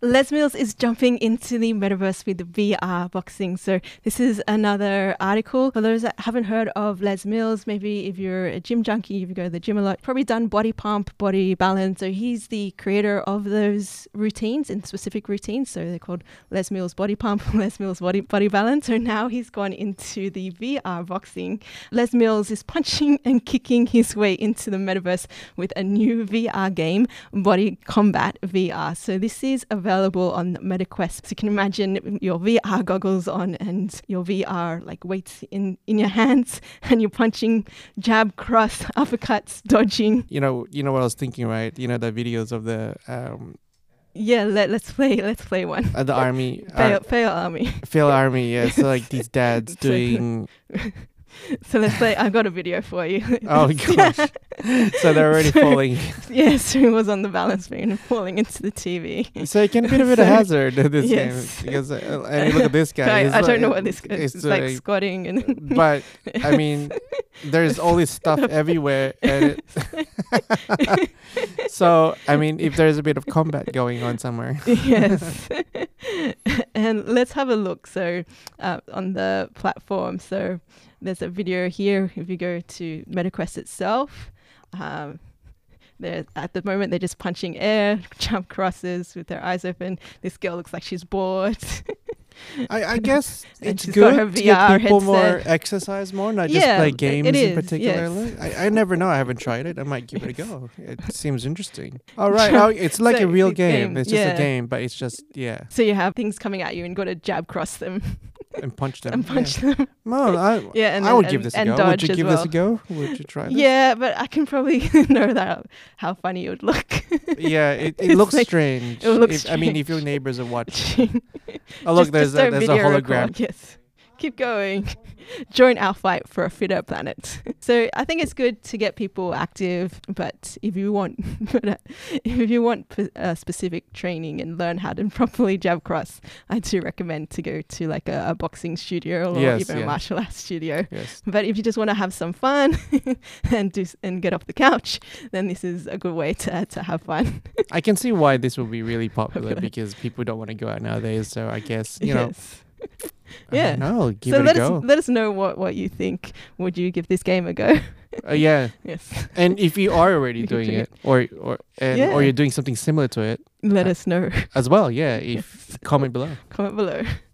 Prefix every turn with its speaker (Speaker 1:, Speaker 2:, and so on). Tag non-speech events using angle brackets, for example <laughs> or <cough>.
Speaker 1: Les Mills is jumping into the metaverse with VR boxing. So this is another article for those that haven't heard of Les Mills. Maybe if you're a gym junkie, if you go to the gym a lot, probably done body pump, body balance. So he's the creator of those routines and specific routines. So they're called Les Mills body pump, <laughs> Les Mills body body balance. So now he's gone into the VR boxing. Les Mills is punching and kicking his way into the metaverse with a new VR game, Body Combat VR. So this is available on MetaQuest. So you can imagine your VR goggles on and your VR like weights in in your hands, <laughs> and you're punching, jab, cross, uppercuts, dodging.
Speaker 2: You know, you know what I was thinking, right? You know the videos of the um,
Speaker 1: Yeah, let, let's play. Let's play one.
Speaker 2: uh, the army,
Speaker 1: Fail,
Speaker 2: uh,
Speaker 1: fail army. <laughs>
Speaker 2: fail army. Yeah, so like these dads
Speaker 1: So- <laughs>
Speaker 2: doing.
Speaker 1: So let's play. I've got a video for you. <laughs>
Speaker 2: Oh gosh, so they're already
Speaker 1: So-
Speaker 2: falling.
Speaker 1: Yes, he was on the balance beam and falling into the TV.
Speaker 2: So it can be a bit
Speaker 1: <laughs>
Speaker 2: of
Speaker 1: So-
Speaker 2: hazard in this
Speaker 1: yes.
Speaker 2: game because uh, and you look at this
Speaker 1: <laughs>
Speaker 2: guy.
Speaker 1: I,
Speaker 2: he's
Speaker 1: I don't
Speaker 2: like-
Speaker 1: know what this is.
Speaker 2: it's
Speaker 1: It's like
Speaker 2: doing-
Speaker 1: squatting and
Speaker 2: but
Speaker 1: <laughs>
Speaker 2: I mean, there's all this stuff everywhere, and it
Speaker 1: <laughs>
Speaker 2: <laughs> so I mean, if there's a bit of combat going on somewhere,
Speaker 1: yes. <laughs> and let's have a look. So, uh, on the platform, so there's a video here. If you go to MetaQuest itself, um, they're, at the moment they're just punching air, <laughs> jump crosses with their eyes open. This girl looks like she's bored. <laughs>
Speaker 2: I, I guess
Speaker 1: And
Speaker 2: it's
Speaker 1: she's got her
Speaker 2: good to get
Speaker 1: VR
Speaker 2: people more
Speaker 1: headset.
Speaker 2: exercise more, not just
Speaker 1: Yeah,
Speaker 2: play
Speaker 1: it
Speaker 2: games
Speaker 1: is,
Speaker 2: in particular.
Speaker 1: yes.
Speaker 2: I, I never know. I haven't tried it. I might give it a
Speaker 1: Yes. <laughs>
Speaker 2: go. It seems interesting. All right, oh, it's like
Speaker 1: So
Speaker 2: a real
Speaker 1: it's
Speaker 2: game.
Speaker 1: game,
Speaker 2: It's just
Speaker 1: yeah.
Speaker 2: a game, but it's just yeah,
Speaker 1: so you have things coming at you and got to jab cross them
Speaker 2: and punch
Speaker 1: <laughs>
Speaker 2: them.
Speaker 1: and
Speaker 2: yeah.
Speaker 1: punch them.
Speaker 2: Well, I,
Speaker 1: <laughs> Yeah, and
Speaker 2: I
Speaker 1: then-
Speaker 2: would give
Speaker 1: and-
Speaker 2: this a
Speaker 1: and
Speaker 2: go. Would you
Speaker 1: dodge as
Speaker 2: give this a
Speaker 1: well.
Speaker 2: go? Would you try
Speaker 1: <laughs>
Speaker 2: this?
Speaker 1: Yeah, but I can probably <laughs> know that how funny it would look. <laughs>
Speaker 2: yeah, it, it
Speaker 1: It's
Speaker 2: looks
Speaker 1: like-
Speaker 2: strange.
Speaker 1: it looks
Speaker 2: if, I mean, if your
Speaker 1: strange.
Speaker 2: neighbors are watching.
Speaker 1: <laughs> oh
Speaker 2: Oh, look, there's a, there's a hologram.
Speaker 1: Record. Yes. Keep going. <laughs> Join our fight for a fitter planet. <laughs> So I think it's good to get people active, but if you want, <laughs> but, uh, if you want p- uh, specific training and learn how to <laughs> properly jab cross, I do recommend to go to like a, a boxing studio or
Speaker 2: Yes,
Speaker 1: even
Speaker 2: yeah.
Speaker 1: a martial arts studio.
Speaker 2: Yes.
Speaker 1: But if you just want to have some fun <laughs> and do s- and get off the couch, then this is a good way to to have fun.
Speaker 2: I can see why this will
Speaker 1: <laughs>
Speaker 2: be really popular
Speaker 1: Popular.
Speaker 2: because people don't want to go out nowadays. So I guess, you know,
Speaker 1: <laughs> Yes. Yeah.
Speaker 2: no, give
Speaker 1: so
Speaker 2: it
Speaker 1: let
Speaker 2: a go.
Speaker 1: us let us know what what you think. Would you give this game a go?
Speaker 2: Uh, yeah.
Speaker 1: yes. <laughs>
Speaker 2: And if you are already
Speaker 1: You can
Speaker 2: doing
Speaker 1: do
Speaker 2: it or, or, and,
Speaker 1: Yeah.
Speaker 2: or you're doing something similar to it
Speaker 1: Let us know. <laughs>
Speaker 2: as well, yeah, if
Speaker 1: Yes. <laughs>
Speaker 2: comment below.
Speaker 1: Comment below.